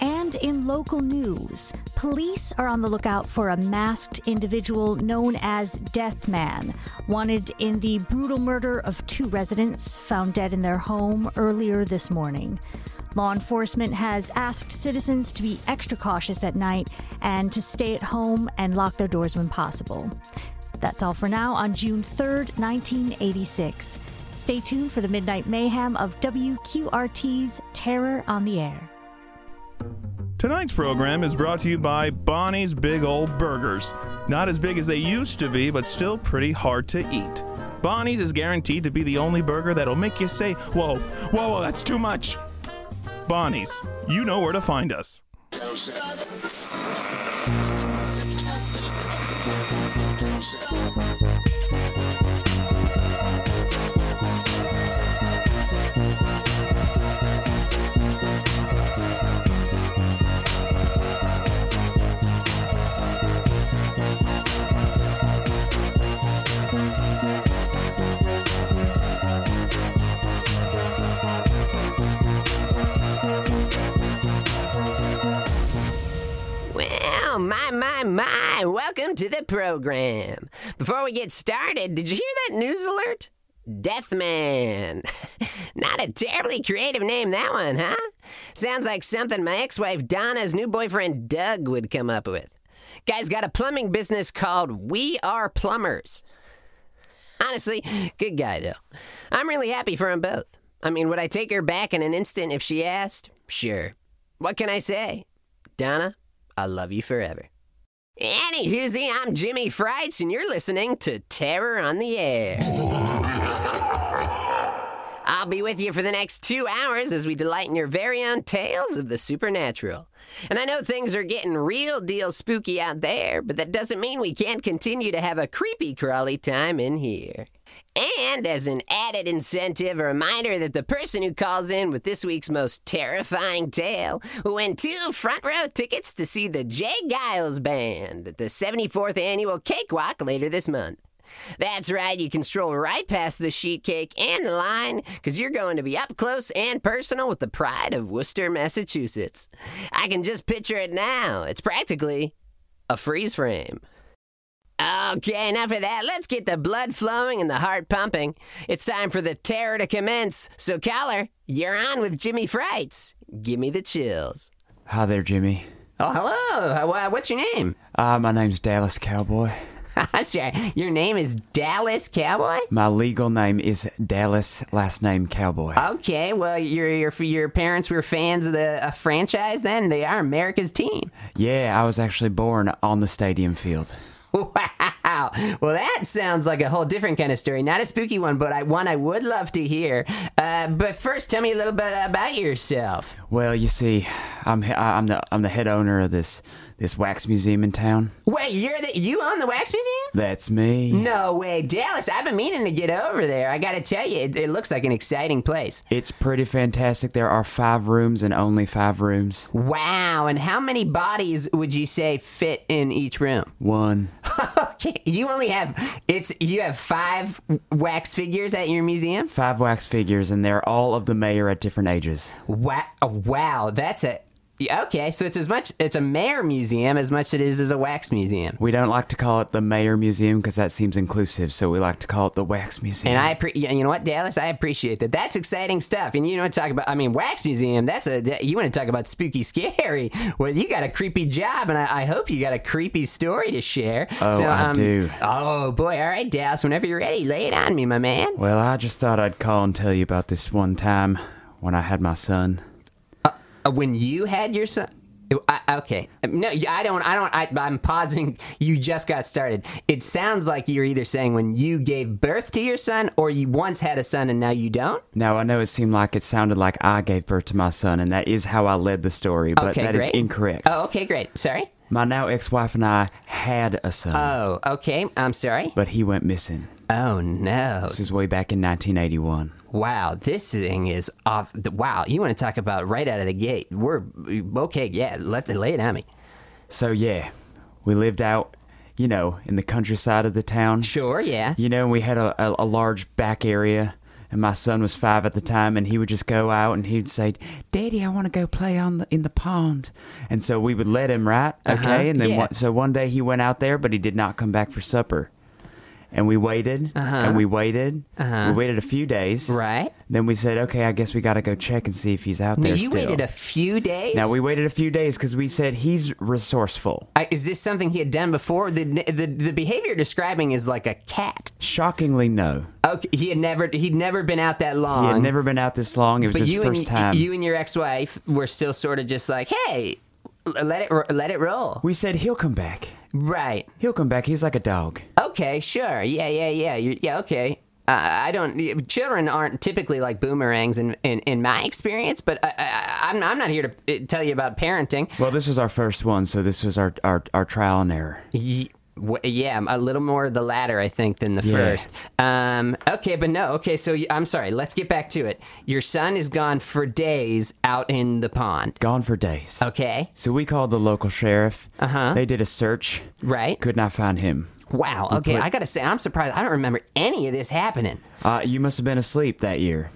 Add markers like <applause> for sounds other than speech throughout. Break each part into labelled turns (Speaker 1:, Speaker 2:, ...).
Speaker 1: And in local news, police are on the lookout for a masked individual known as Death Man, wanted in the brutal murder of two residents found dead in their home earlier this morning. Law enforcement has asked citizens to be extra cautious at night and to stay at home and lock their doors when possible. That's all for now on June 3rd, 1986. Stay tuned for the midnight mayhem of WQRT's Terror on the Air.
Speaker 2: Tonight's program is brought to you by Bonnie's Big Old Burgers. Not as big as they used to be, but still pretty hard to eat. Bonnie's is guaranteed to be the only burger that'll make you say, Whoa, whoa, whoa, that's too much. Bonnie's, you know where to find us.
Speaker 3: Well, my, my, my, welcome to the program. Before we get started, did you hear that news alert? Deathman. <laughs> Not a terribly creative name, that one, huh? Sounds like something my ex wife Donna's new boyfriend Doug would come up with. Guy's got a plumbing business called We Are Plumbers. Honestly, good guy, though. I'm really happy for them both. I mean, would I take her back in an instant if she asked? Sure. What can I say? Donna, I love you forever. Anywhoozy, I'm Jimmy Frights, and you're listening to Terror on the Air. I'll be with you for the next two hours as we delight in your very own tales of the supernatural. And I know things are getting real deal spooky out there, but that doesn't mean we can't continue to have a creepy crawly time in here. And as an added incentive, a reminder that the person who calls in with this week's most terrifying tale will win two front row tickets to see the Jay Giles Band at the 74th annual Cakewalk later this month. That's right, you can stroll right past the sheet cake and the line because you're going to be up close and personal with the pride of Worcester, Massachusetts. I can just picture it now. It's practically a freeze frame. Okay, enough of that. Let's get the blood flowing and the heart pumping. It's time for the terror to commence. So, Collar, you're on with Jimmy Frights. Give me the chills.
Speaker 4: Hi there, Jimmy.
Speaker 3: Oh, hello. How- uh, What's your name? <laughs>
Speaker 4: Uh, my name's Dallas Cowboy.
Speaker 3: Sure. Your name is Dallas Cowboy?
Speaker 4: My legal name is Dallas, last name Cowboy. Uh,
Speaker 3: Okay, well, your your your parents were fans of the a franchise. Then they are America's team. <laughs>
Speaker 4: yeah, I was actually born on the stadium field.
Speaker 3: Wow. Well, that sounds like a whole different kind of story. Not a spooky one, but I, one I would love to hear. Uh, but first, tell me a little bit about yourself.
Speaker 4: Well, you see, I'm he- I- I'm the I'm the head owner of this this wax museum in town.
Speaker 3: Wait, you're the you own the wax museum?
Speaker 4: That's me.
Speaker 3: No way, Dallas. I've been meaning to get over there. I gotta tell you, it, it looks like an exciting place.
Speaker 4: It's pretty fantastic. There are five rooms and only five rooms.
Speaker 3: Wow. And how many bodies would you say fit in each room?
Speaker 4: One.
Speaker 3: Okay, you only have it's you have five wax figures at your museum.
Speaker 4: Five wax figures, and they're all of the mayor at different ages.
Speaker 3: Wow, wow, that's a yeah, okay. So it's as much it's a mayor museum as much it is as a wax museum.
Speaker 4: We don't like to call it the mayor museum because that seems inclusive, so we like to call it the wax museum.
Speaker 3: And I appre- you you know what Dallas, I appreciate that. That's exciting stuff. And you know what talk about? I mean, wax museum. That's a that- you want to talk about spooky, <laughs> scary. Well, you got a creepy job, and I, I hope you got a creepy story to share. um,
Speaker 4: Oh, I do.
Speaker 3: Oh boy, all right, Dallas. Whenever you're ready, lay it on me, my man.
Speaker 4: Well, I just thought I'd call and tell you about this one time when I had my son.
Speaker 3: Uh, when you had your son I, okay no i don't i don't I, i'm pausing you just got started it sounds like you're either saying when you gave birth to your son or you once had a son and now you don't
Speaker 4: Now, I know it seemed like it sounded like I gave birth to my son, and that is how I led the story, but
Speaker 3: okay
Speaker 4: that is
Speaker 3: great
Speaker 4: incorrect.
Speaker 3: oh okay great sorry
Speaker 4: My now ex wife and I had a son,
Speaker 3: oh okay i'm sorry
Speaker 4: but he went missing.
Speaker 3: oh no
Speaker 4: This was way back in 1981.
Speaker 3: wow this thing is off the, wow you want to talk about right out of the gate we're okay yeah let's lay it on me
Speaker 4: So, yeah, we lived out, you know, in the countryside of the town.
Speaker 3: sure yeah
Speaker 4: You know, we had a, a, a large back area, and my son was five at the time, and he would just go out and he'd say, "Daddy, I want to go play on the, in the pond," and so we would let him, right? Okay,
Speaker 3: Uh-huh.
Speaker 4: and then
Speaker 3: Yeah.
Speaker 4: one, so one day he went out there, but he did not come back for supper, and we waited and we waited,
Speaker 3: Uh-huh.
Speaker 4: we waited a few days,
Speaker 3: Right.
Speaker 4: Then we said, "Okay, I guess we got to go check and see if he's out
Speaker 3: Now,
Speaker 4: there."
Speaker 3: you
Speaker 4: still.
Speaker 3: waited a few days.
Speaker 4: Now we waited a few days because we said he's resourceful.
Speaker 3: I, is this something he had done before? The, the the behavior you're describing is like a cat.
Speaker 4: Shockingly, no.
Speaker 3: Okay, he had never he'd never been out that long.
Speaker 4: He had never been out this long. It was
Speaker 3: But
Speaker 4: his
Speaker 3: you
Speaker 4: first
Speaker 3: and
Speaker 4: time.
Speaker 3: you and your ex-wife were still sort of just like, hey, l- let it ro- let it roll.
Speaker 4: we said he'll come back.
Speaker 3: Right.
Speaker 4: He'll come back. He's like a dog.
Speaker 3: Okay. Sure. Yeah. Yeah. Yeah. you yeah. Okay. Uh, I don't. y- Children aren't typically like boomerangs in in, in my experience, but I, I, I'm I'm not here to uh, tell you about parenting.
Speaker 4: Well, this was our first one, so this was our our, our trial and error.
Speaker 3: Ye- wh- Yeah, a little more of the latter, I think, than the
Speaker 4: Yeah.
Speaker 3: first. Um, okay, but no. Okay, so y- I'm sorry. Let's get back to it. Your son is gone for days out in the pond.
Speaker 4: Gone for days.
Speaker 3: Okay,
Speaker 4: So we called the local sheriff. Uh
Speaker 3: Uh-huh.
Speaker 4: They did a search.
Speaker 3: right?
Speaker 4: Could not find him.
Speaker 3: Wow. Okay, I gotta say, I'm surprised. I don't remember any of this happening.
Speaker 4: Uh, you must have been asleep that year,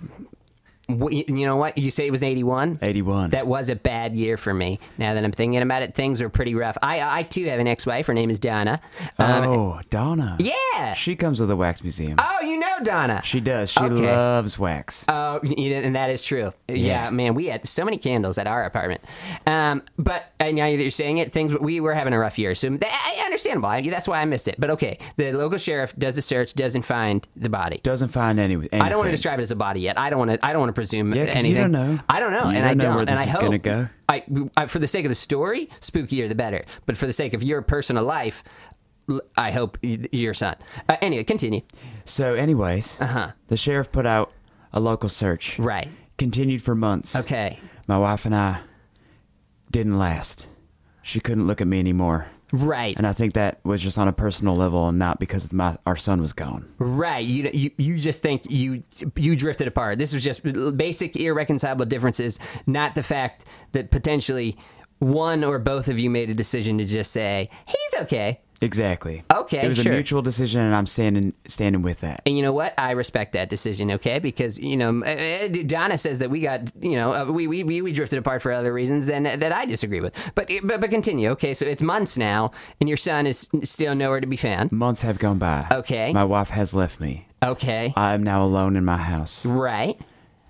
Speaker 3: Wh- You you know what? You say it was 81.
Speaker 4: eighty-one.
Speaker 3: That was a bad year for me. Now that I'm thinking about it, things were pretty rough. I, I too have an ex-wife. Her name is Donna. Um,
Speaker 4: oh, Donna.
Speaker 3: Yeah.
Speaker 4: She comes to the wax museum.
Speaker 3: Oh, you know Donna.
Speaker 4: She does. She
Speaker 3: Okay.
Speaker 4: loves wax.
Speaker 3: Oh, y- y- and that is true. Yeah.
Speaker 4: Yeah.
Speaker 3: man, we had so many candles at our apartment. Um, but and now that you're saying it, things we were having a rough year, so th- I- I- understandable. I, that's why I missed it. But okay, the local sheriff does the search, doesn't find the body.
Speaker 4: Doesn't find any. Anything.
Speaker 3: I don't want to describe it as a body yet. I don't want to. I don't want to presume
Speaker 4: Yeah, 'cause you
Speaker 3: anything.
Speaker 4: don't know.
Speaker 3: I don't know,
Speaker 4: You
Speaker 3: and I
Speaker 4: don't know
Speaker 3: don't.
Speaker 4: where
Speaker 3: and
Speaker 4: this
Speaker 3: I
Speaker 4: is
Speaker 3: hope
Speaker 4: gonna go.
Speaker 3: I, I, for the sake of the story, spookier the better. But for the sake of your personal life, l- I hope y- your son. Uh, anyway, continue.
Speaker 4: So, anyways, uh-huh. the sheriff put out a local search.
Speaker 3: Right.
Speaker 4: Continued for months.
Speaker 3: Okay.
Speaker 4: My wife and I didn't last. She couldn't look at me anymore.
Speaker 3: Right.
Speaker 4: And I think that was just on a personal level and not because my our son was gone.
Speaker 3: Right. You, you you just think you you drifted apart. This was just basic irreconcilable differences, not the fact that potentially one or both of you made a decision to just say, "He's okay."
Speaker 4: Exactly.
Speaker 3: Okay,
Speaker 4: It was
Speaker 3: sure.
Speaker 4: a mutual decision and I'm standing standing with that.
Speaker 3: And you know what? I respect that decision, okay? Because you know, eh, eh, Donna says that we got you know uh, we, we we we drifted apart for other reasons than that I disagree with. But eh, but, but continue, okay? So it's months now, and your son is still nowhere to be found.
Speaker 4: Months have gone by.
Speaker 3: Okay.
Speaker 4: My wife has left me.
Speaker 3: Okay.
Speaker 4: I am now alone in my house.
Speaker 3: Right.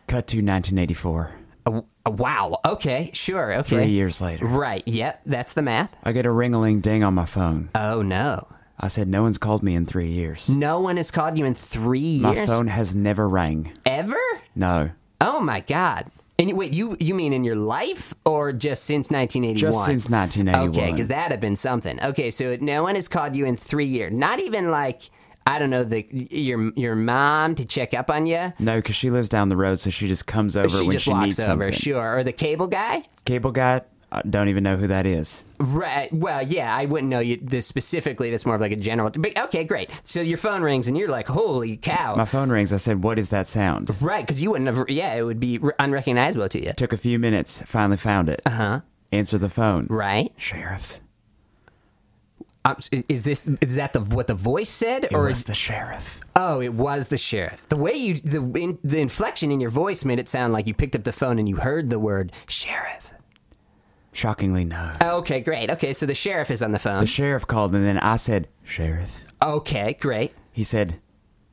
Speaker 4: Cut to 1984.
Speaker 3: Uh, Wow. Okay. Sure. Okay.
Speaker 4: Three years later.
Speaker 3: Right. Yep. That's the math.
Speaker 4: I get a ring-a-ling ding on my phone.
Speaker 3: Oh no.
Speaker 4: I said no one's called me in 3 years.
Speaker 3: No one has called you in three
Speaker 4: My
Speaker 3: years.
Speaker 4: phone has never rang.
Speaker 3: ever?
Speaker 4: No.
Speaker 3: Oh my god. And you- wait, you you mean in your life or just since 1981?
Speaker 4: Just since 1981.
Speaker 3: Okay, because that'd have been something. Okay, so no one has called you in three years. Not even like I don't know the your your mom to check up on you.
Speaker 4: No, because she lives down the road, so she just comes over
Speaker 3: She
Speaker 4: when
Speaker 3: just
Speaker 4: she
Speaker 3: walks
Speaker 4: needs
Speaker 3: over,
Speaker 4: something.
Speaker 3: sure. Or the cable guy?
Speaker 4: Cable guy, I don't even know who that is.
Speaker 3: Right. Well, yeah, I wouldn't know you this specifically. That's more of like a general. But okay, great. So your phone rings and you're like, holy cow.
Speaker 4: My phone rings. I said, "What is that sound?"
Speaker 3: Right, because you wouldn't have. Yeah, it would be r- unrecognizable to you.
Speaker 4: Took a few minutes. Finally found it. Uh huh. Answer the phone.
Speaker 3: Uh-huh. Right?
Speaker 4: Sheriff.
Speaker 3: Um, s- is this is that the what the voice said,
Speaker 4: It
Speaker 3: or
Speaker 4: was
Speaker 3: is-
Speaker 4: the sheriff.
Speaker 3: oh, it was the sheriff? The way you the in, the inflection in your voice made it sound like you picked up the phone and you heard the word sheriff.
Speaker 4: Shockingly, no.
Speaker 3: Okay, great. Okay, so the sheriff is on the phone.
Speaker 4: The sheriff called, and then I said, "Sheriff."
Speaker 3: okay, great.
Speaker 4: He said,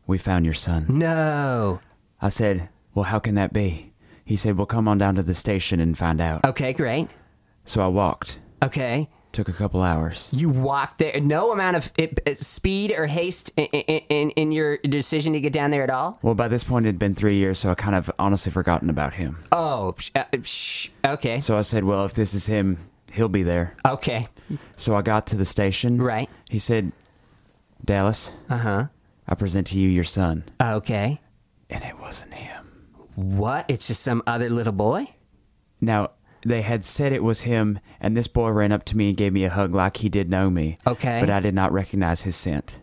Speaker 4: "We found your son."
Speaker 3: No.
Speaker 4: I said, "Well, how can that be?" He said, "Well, come on down to the station and find out."
Speaker 3: Okay, great.
Speaker 4: So I walked.
Speaker 3: Okay.
Speaker 4: Took a couple hours.
Speaker 3: You walked there. No amount of it, it- speed or haste in, in, in your decision to get down there at all.
Speaker 4: Well, by this point, it had been three years, so I kind of honestly forgotten about him.
Speaker 3: Oh, sh- uh, sh- okay,
Speaker 4: So I said, Well, if this is him, he'll be there.
Speaker 3: okay,
Speaker 4: So I got to the station.
Speaker 3: Right.
Speaker 4: He said, Dallas,
Speaker 3: uh huh,
Speaker 4: I present to you your son.
Speaker 3: okay.
Speaker 4: And it wasn't him.
Speaker 3: What? It's just some other little boy?
Speaker 4: Now, they had said it was him, and this boy ran up to me and gave me a hug like he did know me.
Speaker 3: Okay.
Speaker 4: But I did not recognize his scent.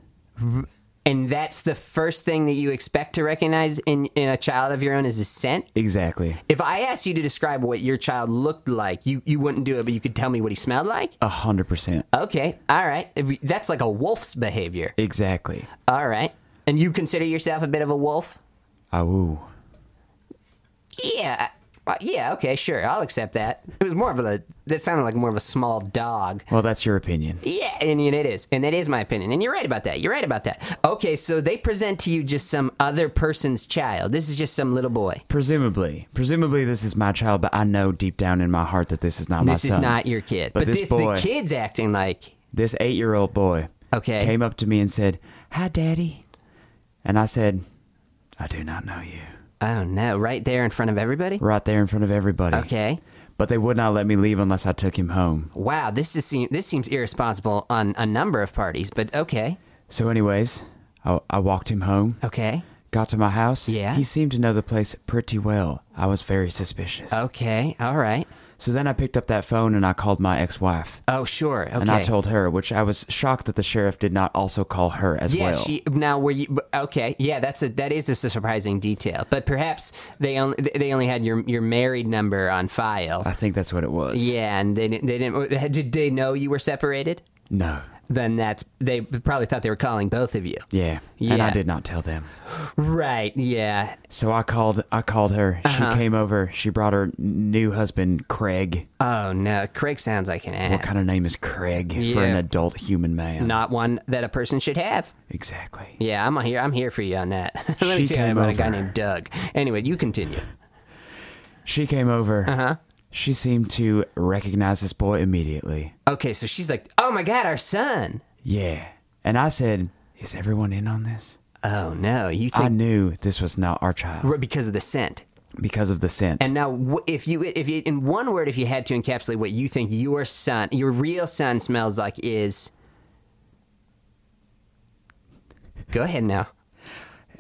Speaker 3: And that's the first thing that you expect to recognize in, in a child of your own is his scent?
Speaker 4: Exactly.
Speaker 3: If I asked you to describe what your child looked like, you, you wouldn't do it, but you could tell me what he smelled like?
Speaker 4: A hundred percent.
Speaker 3: Okay, all right. If we- That's like a wolf's behavior.
Speaker 4: Exactly.
Speaker 3: All right. And you consider yourself a bit of a wolf?
Speaker 4: Awoo.
Speaker 3: Yeah. uh, Yeah, okay, sure. I'll accept that. It was more of a, that sounded like more of a small dog.
Speaker 4: Well, that's your opinion.
Speaker 3: Yeah, and, and it is. And that is my opinion. And you're right about that. You're right about that. Okay, so they present to you just some other person's child. This is just some little boy.
Speaker 4: Presumably, presumably this is my child, but I know deep down in my heart that this is not my
Speaker 3: This
Speaker 4: son.
Speaker 3: is not your kid.
Speaker 4: But
Speaker 3: But,
Speaker 4: this
Speaker 3: this,
Speaker 4: boy-
Speaker 3: the kid's acting like,
Speaker 4: This eight-year-old boy
Speaker 3: Okay.
Speaker 4: came up to me and said, "Hi, Daddy," and I said, "I do not know you."
Speaker 3: oh no, right there in front of everybody?
Speaker 4: Right there in front of everybody.
Speaker 3: Okay.
Speaker 4: But they would not let me leave unless I took him home.
Speaker 3: Wow, this is seem, this seems irresponsible on a number of parties, but okay.
Speaker 4: So, anyways, I, I walked him home.
Speaker 3: Okay.
Speaker 4: Got to my house.
Speaker 3: Yeah.
Speaker 4: He seemed to know the place pretty well. I was very suspicious.
Speaker 3: Oh. Okay. All right.
Speaker 4: So then I picked up that phone and I called my ex wife.
Speaker 3: Oh, sure. Okay.
Speaker 4: And I told her, which I was shocked that the sheriff did not also call her as
Speaker 3: Yeah,
Speaker 4: well.
Speaker 3: she. Now, were you but- okay? Yeah, that's a that is a surprising detail. But perhaps they only they only had your your married number on file.
Speaker 4: I think that's what it was.
Speaker 3: yeah, and they didn't. They didn't. Did they know you were separated?
Speaker 4: No.
Speaker 3: Then that's they probably thought they were calling both of you.
Speaker 4: Yeah. And I
Speaker 3: Yeah.
Speaker 4: did not tell them.
Speaker 3: Right. Yeah.
Speaker 4: So I called. I called her.
Speaker 3: Uh-huh.
Speaker 4: She came over. She brought her new husband, Craig.
Speaker 3: Oh no, Craig sounds like an ass.
Speaker 4: What kind of name is Craig for
Speaker 3: Yeah.
Speaker 4: an adult human man?
Speaker 3: Not one that a person should have.
Speaker 4: Exactly.
Speaker 3: Yeah, I'm here. I'm here for you on that. <laughs> Let me
Speaker 4: She
Speaker 3: tell you
Speaker 4: came
Speaker 3: about a guy
Speaker 4: over.
Speaker 3: named Doug. Anyway, you continue.
Speaker 4: She came over. Uh
Speaker 3: Uh-huh.
Speaker 4: huh. She seemed to recognize this boy immediately.
Speaker 3: Okay, so she's like, "Oh my God, our son."
Speaker 4: Yeah. And I said, Is everyone in on this?
Speaker 3: Oh no, you
Speaker 4: I
Speaker 3: think
Speaker 4: knew this was not our child
Speaker 3: because of the scent.
Speaker 4: because of the scent.
Speaker 3: And now, wh- if you, if you, in one word, if you had to encapsulate what you think your son, your real son, smells like, is. Go ahead now.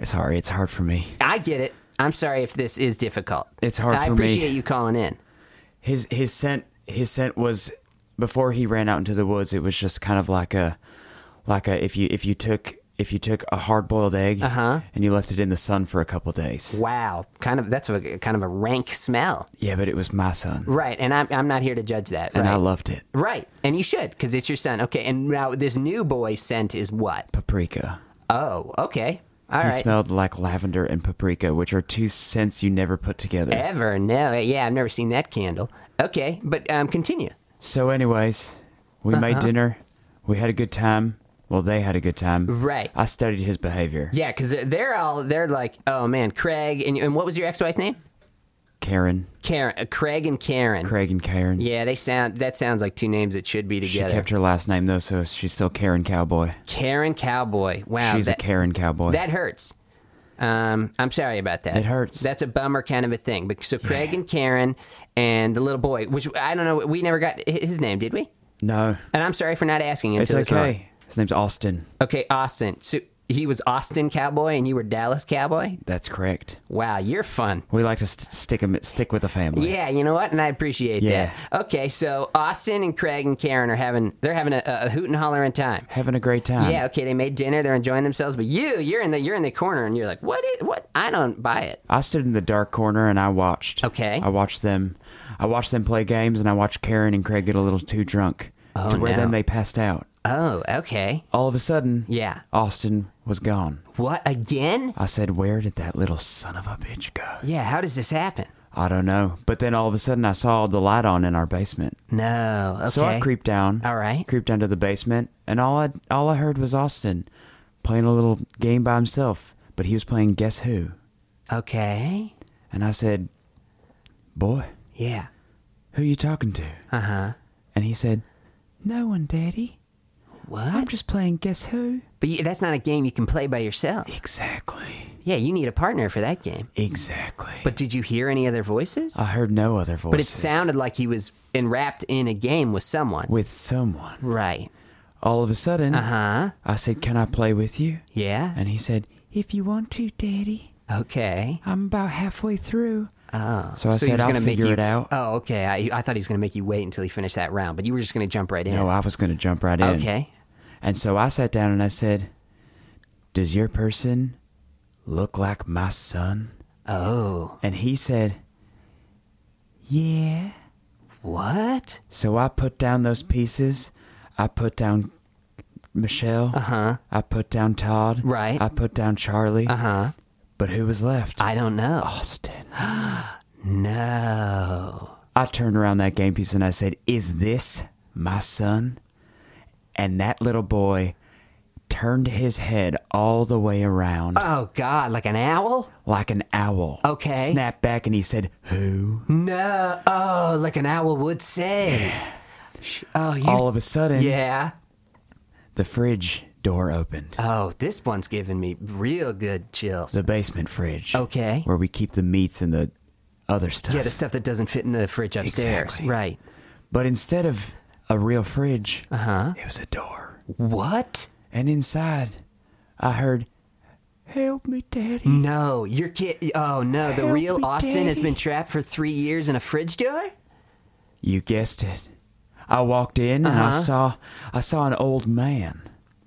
Speaker 4: Sorry, it's hard for me.
Speaker 3: I get it. I'm sorry if this is difficult.
Speaker 4: It's hard
Speaker 3: I
Speaker 4: for me.
Speaker 3: appreciate you calling in.
Speaker 4: His his scent his scent was before he ran out into the woods. It was just kind of like a like a if you if you took if you took a hard boiled egg
Speaker 3: Uh-huh.
Speaker 4: and you left it in the sun for a couple days.
Speaker 3: Wow, kind of that's a kind of a rank smell,
Speaker 4: Yeah, but it was my son,
Speaker 3: right? And I'm I'm not here to judge that.
Speaker 4: and
Speaker 3: right?
Speaker 4: I loved it.
Speaker 3: Right, and you should because it's your son. Okay, and now this new boy scent is what?
Speaker 4: Paprika.
Speaker 3: Oh, okay, all
Speaker 4: he
Speaker 3: right.
Speaker 4: smelled like lavender and paprika, which are two scents you never put together.
Speaker 3: Ever? No, yeah, I've never seen that candle. Okay, but um, continue.
Speaker 4: So, anyways, we
Speaker 3: Uh-huh.
Speaker 4: made dinner. We had a good time. Well, they had a good time.
Speaker 3: Right.
Speaker 4: I studied his behavior.
Speaker 3: Yeah, because they're all they're like, oh man, Craig and, and what was your ex-wife's name?
Speaker 4: Karen,
Speaker 3: Karen, uh, Craig and Karen.
Speaker 4: Craig, and Karen.
Speaker 3: Yeah, they sound that sounds like two names that should be
Speaker 4: She
Speaker 3: together.
Speaker 4: kept her last name though, so she's still Karen Cowboy.
Speaker 3: Karen Cowboy. Wow,
Speaker 4: she's
Speaker 3: that,
Speaker 4: a Karen Cowboy.
Speaker 3: that hurts. Um, I'm sorry about that.
Speaker 4: It hurts.
Speaker 3: That's a bummer kind of a thing. But so Craig and Karen and the little boy, which I don't know, we never got hi- his name, did we?
Speaker 4: no,
Speaker 3: And I'm sorry for not asking
Speaker 4: it's
Speaker 3: until this moment.
Speaker 4: okay. His name's Austin.
Speaker 3: Okay, Austin. So he was Austin Cowboy and you were Dallas Cowboy?
Speaker 4: That's correct.
Speaker 3: Wow, you're fun.
Speaker 4: We like to st- stick 'em- stick with the family.
Speaker 3: Yeah, you know what? And I appreciate
Speaker 4: Yeah.
Speaker 3: that. Okay, so Austin and Craig and Karen are having they're having a, a hoot and hollering time.
Speaker 4: Having a great time.
Speaker 3: yeah, okay, they made dinner, they're enjoying themselves, but you, you're in the you're in the corner and you're like, "What is what? I don't buy it."
Speaker 4: I stood in the dark corner and I watched.
Speaker 3: Okay.
Speaker 4: I watched them. I watched them play games and I watched Karen and Craig get a little too drunk
Speaker 3: Oh,
Speaker 4: to where
Speaker 3: no.
Speaker 4: then they passed out.
Speaker 3: Oh, okay.
Speaker 4: All of a sudden,
Speaker 3: Yeah.
Speaker 4: Austin was gone.
Speaker 3: What again?
Speaker 4: I said, "Where did that little son of a bitch go?"
Speaker 3: Yeah, how does this happen?
Speaker 4: I don't know. But then all of a sudden, I saw the light on in our basement.
Speaker 3: No. Okay.
Speaker 4: So I creeped down.
Speaker 3: All right.
Speaker 4: Creeped down to the basement, and all I all I heard was Austin playing a little game by himself. But he was playing Guess Who,
Speaker 3: Okay.
Speaker 4: and I said, "Boy,
Speaker 3: Yeah.
Speaker 4: who you talking to?"
Speaker 3: Uh huh.
Speaker 4: And he said, "No one, Daddy. I'm
Speaker 3: What?
Speaker 4: just playing Guess Who."
Speaker 3: But you, that's not a game you can play by yourself.
Speaker 4: Exactly.
Speaker 3: Yeah, you need a partner for that game.
Speaker 4: Exactly.
Speaker 3: But did you hear any other voices?
Speaker 4: I heard no other voices.
Speaker 3: but it sounded like he was enwrapped in a game with someone.
Speaker 4: with someone.
Speaker 3: Right.
Speaker 4: All of a sudden,
Speaker 3: Uh huh.
Speaker 4: I said, "Can I play with you?"
Speaker 3: Yeah.
Speaker 4: And he said, "If you want to, Daddy.
Speaker 3: Okay.
Speaker 4: I'm about halfway through."
Speaker 3: Oh.
Speaker 4: So I
Speaker 3: he
Speaker 4: said,
Speaker 3: was
Speaker 4: "I'll
Speaker 3: gonna make
Speaker 4: figure
Speaker 3: you-
Speaker 4: it out."
Speaker 3: Oh, okay. I, I thought he was going to make you wait until he finished that round, but you were just going to jump right in.
Speaker 4: No, I was going to jump right in.
Speaker 3: okay.
Speaker 4: And so I sat down and I said, Does your person look like my son?
Speaker 3: Oh.
Speaker 4: And he said, Yeah.
Speaker 3: What?
Speaker 4: So I put down those pieces. I put down Michelle. Uh
Speaker 3: Uh-huh.
Speaker 4: I put down Todd.
Speaker 3: Right.
Speaker 4: I put down Charlie.
Speaker 3: Uh huh.
Speaker 4: But who was left?
Speaker 3: I don't know.
Speaker 4: Oh, Austin.
Speaker 3: No.
Speaker 4: I turned around that game piece and I said, Is this my son? And that little boy turned his head all the way around
Speaker 3: Oh God, like an owl?
Speaker 4: like an owl.
Speaker 3: Okay.
Speaker 4: Snapped back and he said, Who?
Speaker 3: No. Oh, like an owl would say. Sh- Oh, you.
Speaker 4: All of a sudden,
Speaker 3: yeah.
Speaker 4: the fridge door opened.
Speaker 3: Oh, this one's giving me real good chills.
Speaker 4: The basement fridge.
Speaker 3: Okay.
Speaker 4: Where we keep the meats and the other stuff.
Speaker 3: yeah, the stuff that doesn't fit in the fridge upstairs.
Speaker 4: Exactly.
Speaker 3: Right.
Speaker 4: But instead of a real fridge, uh-huh. it was a door.
Speaker 3: What?
Speaker 4: And inside, I heard, Help me, Daddy.
Speaker 3: No, your kid. Oh no, the
Speaker 4: Help
Speaker 3: real
Speaker 4: me,
Speaker 3: Austin has
Speaker 4: Daddy.
Speaker 3: been trapped for three years in a fridge door.
Speaker 4: You guessed it. I walked in and I
Speaker 3: Uh-huh.
Speaker 4: saw I saw an old man.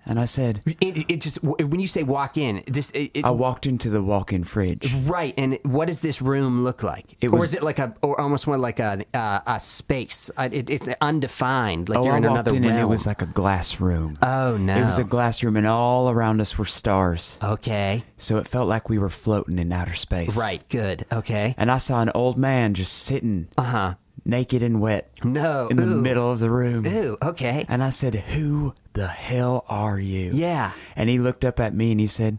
Speaker 4: And I said,
Speaker 3: It, it just when you say walk in, this it, it-
Speaker 4: I walked into the walk-in fridge.
Speaker 3: right. And what does this room look like?
Speaker 4: It
Speaker 3: or
Speaker 4: was-
Speaker 3: is it like a or almost more like a uh, a space? I, it, it's undefined. Like
Speaker 4: oh,
Speaker 3: you're
Speaker 4: I
Speaker 3: in
Speaker 4: walked
Speaker 3: another
Speaker 4: in
Speaker 3: realm.
Speaker 4: and it was like a glass room.
Speaker 3: oh no.
Speaker 4: It was a glass room and all around us were stars.
Speaker 3: okay.
Speaker 4: So it felt like we were floating in outer space.
Speaker 3: Right. Good. Okay.
Speaker 4: And I saw an old man just sitting
Speaker 3: Huh.
Speaker 4: naked and wet
Speaker 3: No.
Speaker 4: in the
Speaker 3: Uh-huh. ooh.
Speaker 4: middle of the room.
Speaker 3: Ooh. Okay.
Speaker 4: And I said, Who the hell are you?
Speaker 3: Yeah.
Speaker 4: And he looked up at me and he said,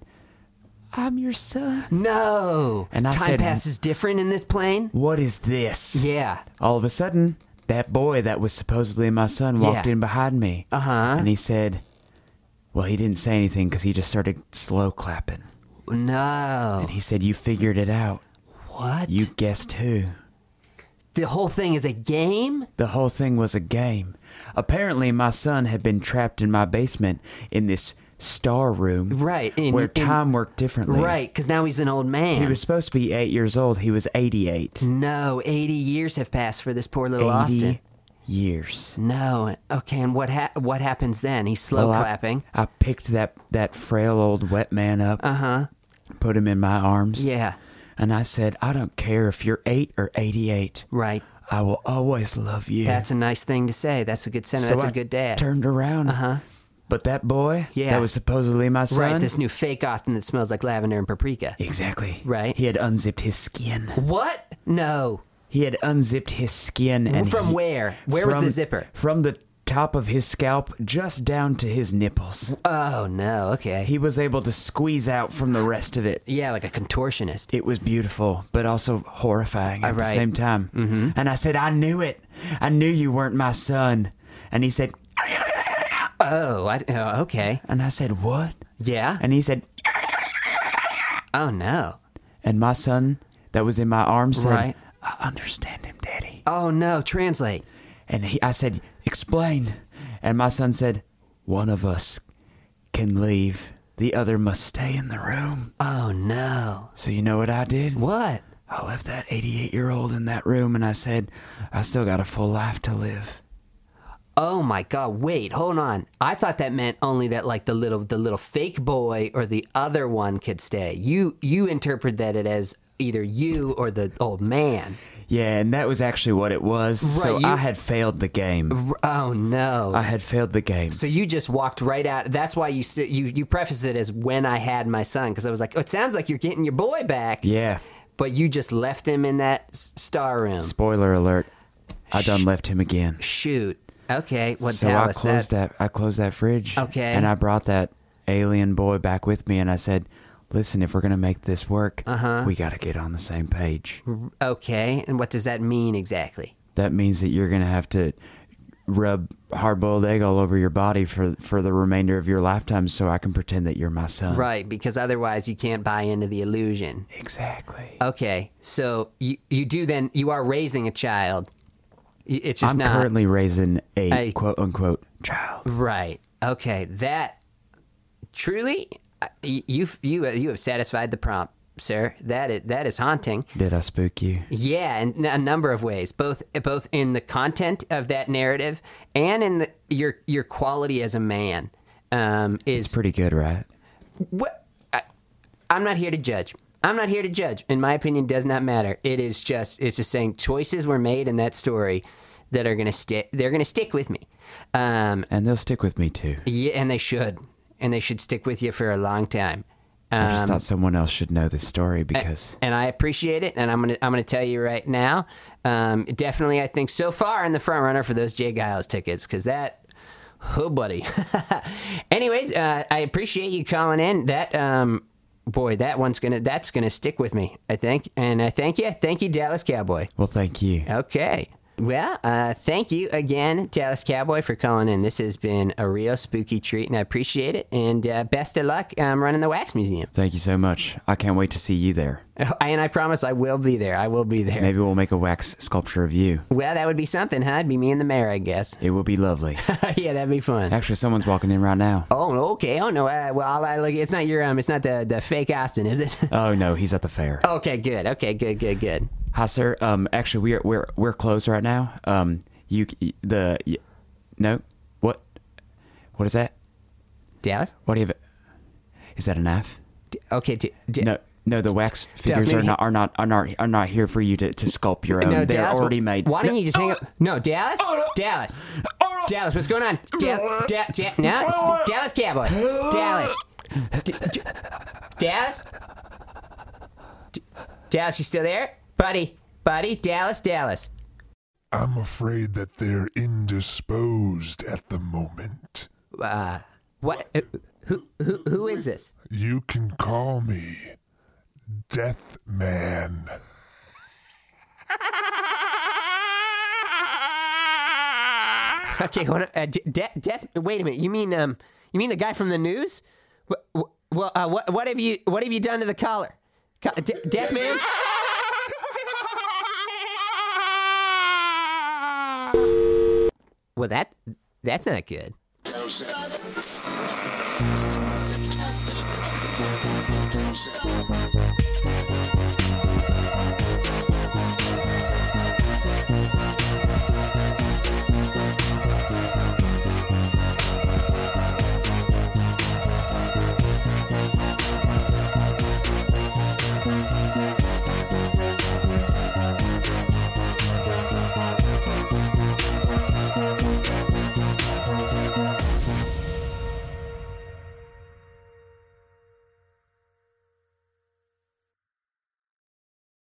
Speaker 4: I'm your son.
Speaker 3: No.
Speaker 4: And I
Speaker 3: time
Speaker 4: said-
Speaker 3: passes different in this plane.
Speaker 4: What is this?
Speaker 3: Yeah.
Speaker 4: All of a sudden, that boy that was supposedly my son walked
Speaker 3: Yeah.
Speaker 4: in behind me. Uh
Speaker 3: Uh-huh.
Speaker 4: And he said, Well, he didn't say anything because he just started slow clapping.
Speaker 3: No.
Speaker 4: And he said, You figured it out.
Speaker 3: What?
Speaker 4: You guessed who.
Speaker 3: the whole thing is a game.
Speaker 4: The whole thing was a game. Apparently, my son had been trapped in my basement in this star room.
Speaker 3: Right, in-
Speaker 4: where
Speaker 3: in-
Speaker 4: time worked differently.
Speaker 3: Right, because now he's an old man.
Speaker 4: He was supposed to be eight years old. He was 88.
Speaker 3: No, 80 years have passed for this poor little
Speaker 4: 80
Speaker 3: Austin.
Speaker 4: years.
Speaker 3: No. Okay, and what ha- what happens then? He's slow
Speaker 4: Well, I-
Speaker 3: clapping.
Speaker 4: I, picked that, that frail old wet man up. Uh huh. Put him in my arms.
Speaker 3: Uh-huh. yeah,
Speaker 4: And I said, I don't care if you're eight or 88.
Speaker 3: right.
Speaker 4: I will always love you.
Speaker 3: That's a nice thing to say. That's a good
Speaker 4: So
Speaker 3: sentiment. That's a
Speaker 4: I
Speaker 3: good dad. Uh-huh.
Speaker 4: Turned around. Uh huh. But that boy,
Speaker 3: Yeah.
Speaker 4: that was supposedly my son.
Speaker 3: right, this new fake Austin that smells like lavender and paprika.
Speaker 4: Exactly.
Speaker 3: Right.
Speaker 4: He had unzipped his skin.
Speaker 3: What? No.
Speaker 4: He had unzipped his skin and
Speaker 3: From
Speaker 4: he-
Speaker 3: where? Where was the zipper?
Speaker 4: From the top of his scalp just down to his nipples.
Speaker 3: Oh, no. Okay.
Speaker 4: He was able to squeeze out from the rest of it.
Speaker 3: yeah, like a contortionist.
Speaker 4: It was beautiful, but also horrifying at
Speaker 3: Alright.
Speaker 4: the same time. Mm-hmm. And I said, "I knew it. I knew you weren't my son." And he said,
Speaker 3: Oh, I, oh, okay.
Speaker 4: and I said, "What?"
Speaker 3: Yeah?
Speaker 4: And he said,
Speaker 3: oh, no.
Speaker 4: and my son that was in my arms said,
Speaker 3: Right.
Speaker 4: "I understand him, Daddy."
Speaker 3: Oh, no. Translate.
Speaker 4: And he, I said, explain. And my son said, one of us can leave. The other must stay in the room.
Speaker 3: Oh, no.
Speaker 4: So you know what I did?
Speaker 3: What?
Speaker 4: I left that 88 year old in that room and I said, I still got a full life to live.
Speaker 3: Oh my god, wait, hold on. I thought that meant only that like the little the little fake boy or the other one could stay. You you interpret that it as either you or the old man.
Speaker 4: Yeah, and that was actually what it was. so
Speaker 3: Right, you-
Speaker 4: I had failed the game.
Speaker 3: R- Oh no.
Speaker 4: I had failed the game.
Speaker 3: so you just walked right out. That's why you sit, you you preface it as when I had my son because I was like, oh, it sounds like you're getting your boy back.
Speaker 4: yeah.
Speaker 3: But you just left him in that s- star room.
Speaker 4: Spoiler alert. I done left him again.
Speaker 3: Shoot. Okay. What
Speaker 4: so
Speaker 3: the hell
Speaker 4: I
Speaker 3: is
Speaker 4: closed that. I closed that fridge.
Speaker 3: Okay.
Speaker 4: And I brought that alien boy back with me, and I said, "Listen, if we're gonna make this work,
Speaker 3: Uh-huh.
Speaker 4: we got to get on the same page.
Speaker 3: Okay. And what does that mean exactly?
Speaker 4: That means that you're gonna have to rub hard-boiled egg all over your body for for the remainder of your lifetime, so I can pretend that you're my son.
Speaker 3: Right, because otherwise you can't buy into the illusion.
Speaker 4: Exactly.
Speaker 3: Okay, so you you do then you are raising a child. Y- It's just
Speaker 4: I'm
Speaker 3: not Mm.
Speaker 4: currently raising a
Speaker 3: I-
Speaker 4: quote unquote child.
Speaker 3: right. Okay, that truly I- y- you you you have satisfied the prompt, sir. That is that is haunting.
Speaker 4: Did I spook you?
Speaker 3: Yeah, in a number of ways, both both in the content of that narrative and in the, your your quality as a man um, is
Speaker 4: It's pretty good, right?
Speaker 3: what I, I'm not here to judge. I'm not here to judge. In my opinion, does not matter. It is just it's just saying choices were made in that story that are gonna stick. They're gonna stick with me, um,
Speaker 4: And they'll stick with me too.
Speaker 3: yeah, and they should, and they should stick with you for a long time.
Speaker 4: I just thought someone else should know this
Speaker 3: eh.
Speaker 4: story because
Speaker 3: and I appreciate it. And I'm gonna I'm gonna tell you right now. Um, definitely, I think so far in the front runner for those Jay Giles tickets because that. Oh, buddy. <laughs> Anyways, uh, I appreciate you calling in. That um, boy, that one's gonna that's gonna stick with me. I think, and I thank you, thank you, Dallas Cowboy.
Speaker 4: well, thank you.
Speaker 3: Okay. Well, uh, thank you again, Dallas Cowboy, for calling in. This has been a real spooky treat, and I appreciate it. And uh, best of luck um, running the Wax Museum. <laughs>
Speaker 4: Thank you so much. I can't wait to see you there.
Speaker 3: And I promise I will be there. I will be there.
Speaker 4: Maybe we'll make a wax sculpture of you.
Speaker 3: Well, that would be something, huh? It'd be me and the mayor, I guess. <laughs>
Speaker 4: It will be lovely.
Speaker 3: yeah, that'd be fun.
Speaker 4: Actually, someone's walking in right now.
Speaker 3: Oh, okay. Oh no. Uh, well, I, look, it's not your um, it's not the the fake Austin, is it? <laughs>
Speaker 4: Oh no, he's at the fair.
Speaker 3: okay, good. Okay, good, good, good.
Speaker 4: Hi, sir. Um, actually, we're we're we're closed right now. Um, you c- the y no, what, what is that?
Speaker 3: Dallas.
Speaker 4: What do you have? Is that a knife?
Speaker 3: D- okay. D- d-
Speaker 4: No, no. The wax
Speaker 3: Dallas,
Speaker 4: figures are
Speaker 3: maybe-
Speaker 4: not are not are not are not here for you to, to sculpt your own.
Speaker 3: No,
Speaker 4: um, They're
Speaker 3: Dallas.
Speaker 4: already made.
Speaker 3: Why don't
Speaker 4: No,
Speaker 3: you just hang up? Oh, No, Oh, Dallas. Dallas. Dallas, what's going on? Dallas. Da- da- Oh, no, Oh. it's D- Dallas Cowboy. Dallas. D- d- Dallas. D- Dallas, you still there, buddy? Buddy, Dallas, Dallas.
Speaker 5: I'm afraid that they're indisposed at the moment.
Speaker 3: Uh, what? uh, Who? Who? Who is this? <laughs>
Speaker 5: You can call me Death Man.
Speaker 3: Okay, what? Uh, de- de- death. Wait a minute. You mean um? You mean the guy from the news? Wh- wh- Well, uh, what? What have you? What have you done to the collar? Co- de- death man. Well, that that's not good.